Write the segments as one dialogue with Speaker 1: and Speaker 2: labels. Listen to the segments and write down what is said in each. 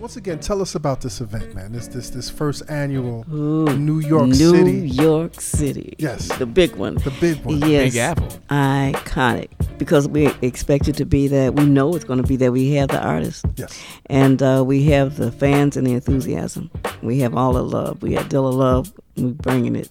Speaker 1: once again, tell us about this event, man. This this this first annual
Speaker 2: Ooh,
Speaker 1: New York
Speaker 2: New
Speaker 1: City.
Speaker 2: York City.
Speaker 1: Yes.
Speaker 2: The big one.
Speaker 1: The big one.
Speaker 2: Yes.
Speaker 3: Big Apple.
Speaker 2: Iconic. Because we expect it to be that. We know it's going to be that. We have the artists.
Speaker 1: Yes.
Speaker 2: And uh, we have the fans and the enthusiasm. We have all the love. We have Dilla Love. We're bringing it.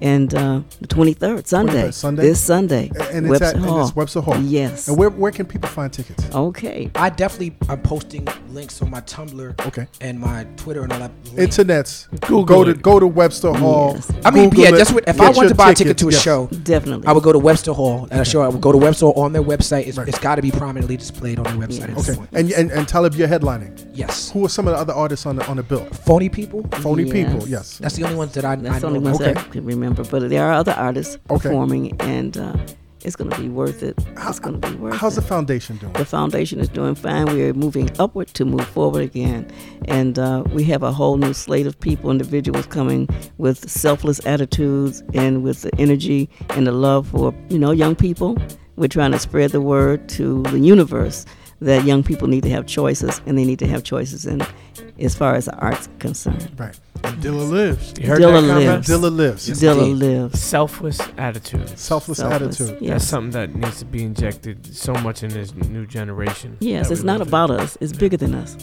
Speaker 2: And uh, the 23rd, Sunday.
Speaker 1: 23rd, Sunday.
Speaker 2: This Sunday.
Speaker 1: And it's at and it's Webster Hall.
Speaker 2: Yes.
Speaker 1: And where where can people find tickets?
Speaker 2: okay.
Speaker 4: I definitely I'm posting links on my Tumblr
Speaker 1: Okay.
Speaker 4: and my Twitter and all that. link.
Speaker 1: Internets.
Speaker 3: Google
Speaker 1: go to
Speaker 3: it.
Speaker 1: go to Webster Hall.
Speaker 2: Yes.
Speaker 4: I mean,
Speaker 1: Google
Speaker 4: yeah,
Speaker 1: it,
Speaker 4: that's what. If I
Speaker 1: get
Speaker 4: want
Speaker 1: your
Speaker 4: to buy a ticket to a
Speaker 1: yes.
Speaker 4: show,
Speaker 2: Definitely.
Speaker 4: I would go to Webster Hall. At a show, I would go to Webster Hall on their website. It's, it's got to be prominently displayed on their website. at this
Speaker 1: Okay.
Speaker 4: point.
Speaker 1: And and and Talib, you're headlining.
Speaker 4: Yes.
Speaker 1: Who are some of the other artists on the on the bill?
Speaker 4: Phony people.
Speaker 1: Phony
Speaker 2: Yes.
Speaker 1: people. Yes.
Speaker 4: That's the only ones that I, I
Speaker 2: That's the
Speaker 4: know.
Speaker 2: only ones
Speaker 1: Okay.
Speaker 2: that I can remember. But there are other artists
Speaker 1: Okay.
Speaker 2: performing, and uh, it's going to be worth it. It's going to be worth
Speaker 1: How's
Speaker 2: it.
Speaker 1: the foundation doing?
Speaker 2: the foundation is doing fine. We are moving upward to move forward again. And uh, we have a whole new slate of people, individuals coming with selfless attitudes and with the energy and the love for, you know, young people. We're trying to spread the word to the universe that young people need to have choices and they need to have choices in as far as the arts concerned.
Speaker 1: Right.
Speaker 5: And Dilla lives.
Speaker 3: You heard
Speaker 2: Dilla
Speaker 3: that comment?
Speaker 2: lives.
Speaker 1: Dilla lives.
Speaker 2: Dilla
Speaker 4: indeed.
Speaker 2: lives.
Speaker 3: Selfless attitude.
Speaker 1: Selfless,
Speaker 2: Selfless.
Speaker 1: attitude.
Speaker 3: That's
Speaker 2: Yes.
Speaker 3: something that needs to be injected so much in this new generation.
Speaker 2: Yes,
Speaker 3: that
Speaker 2: it's
Speaker 3: we
Speaker 2: not
Speaker 3: live in.
Speaker 2: about us. It's bigger than us.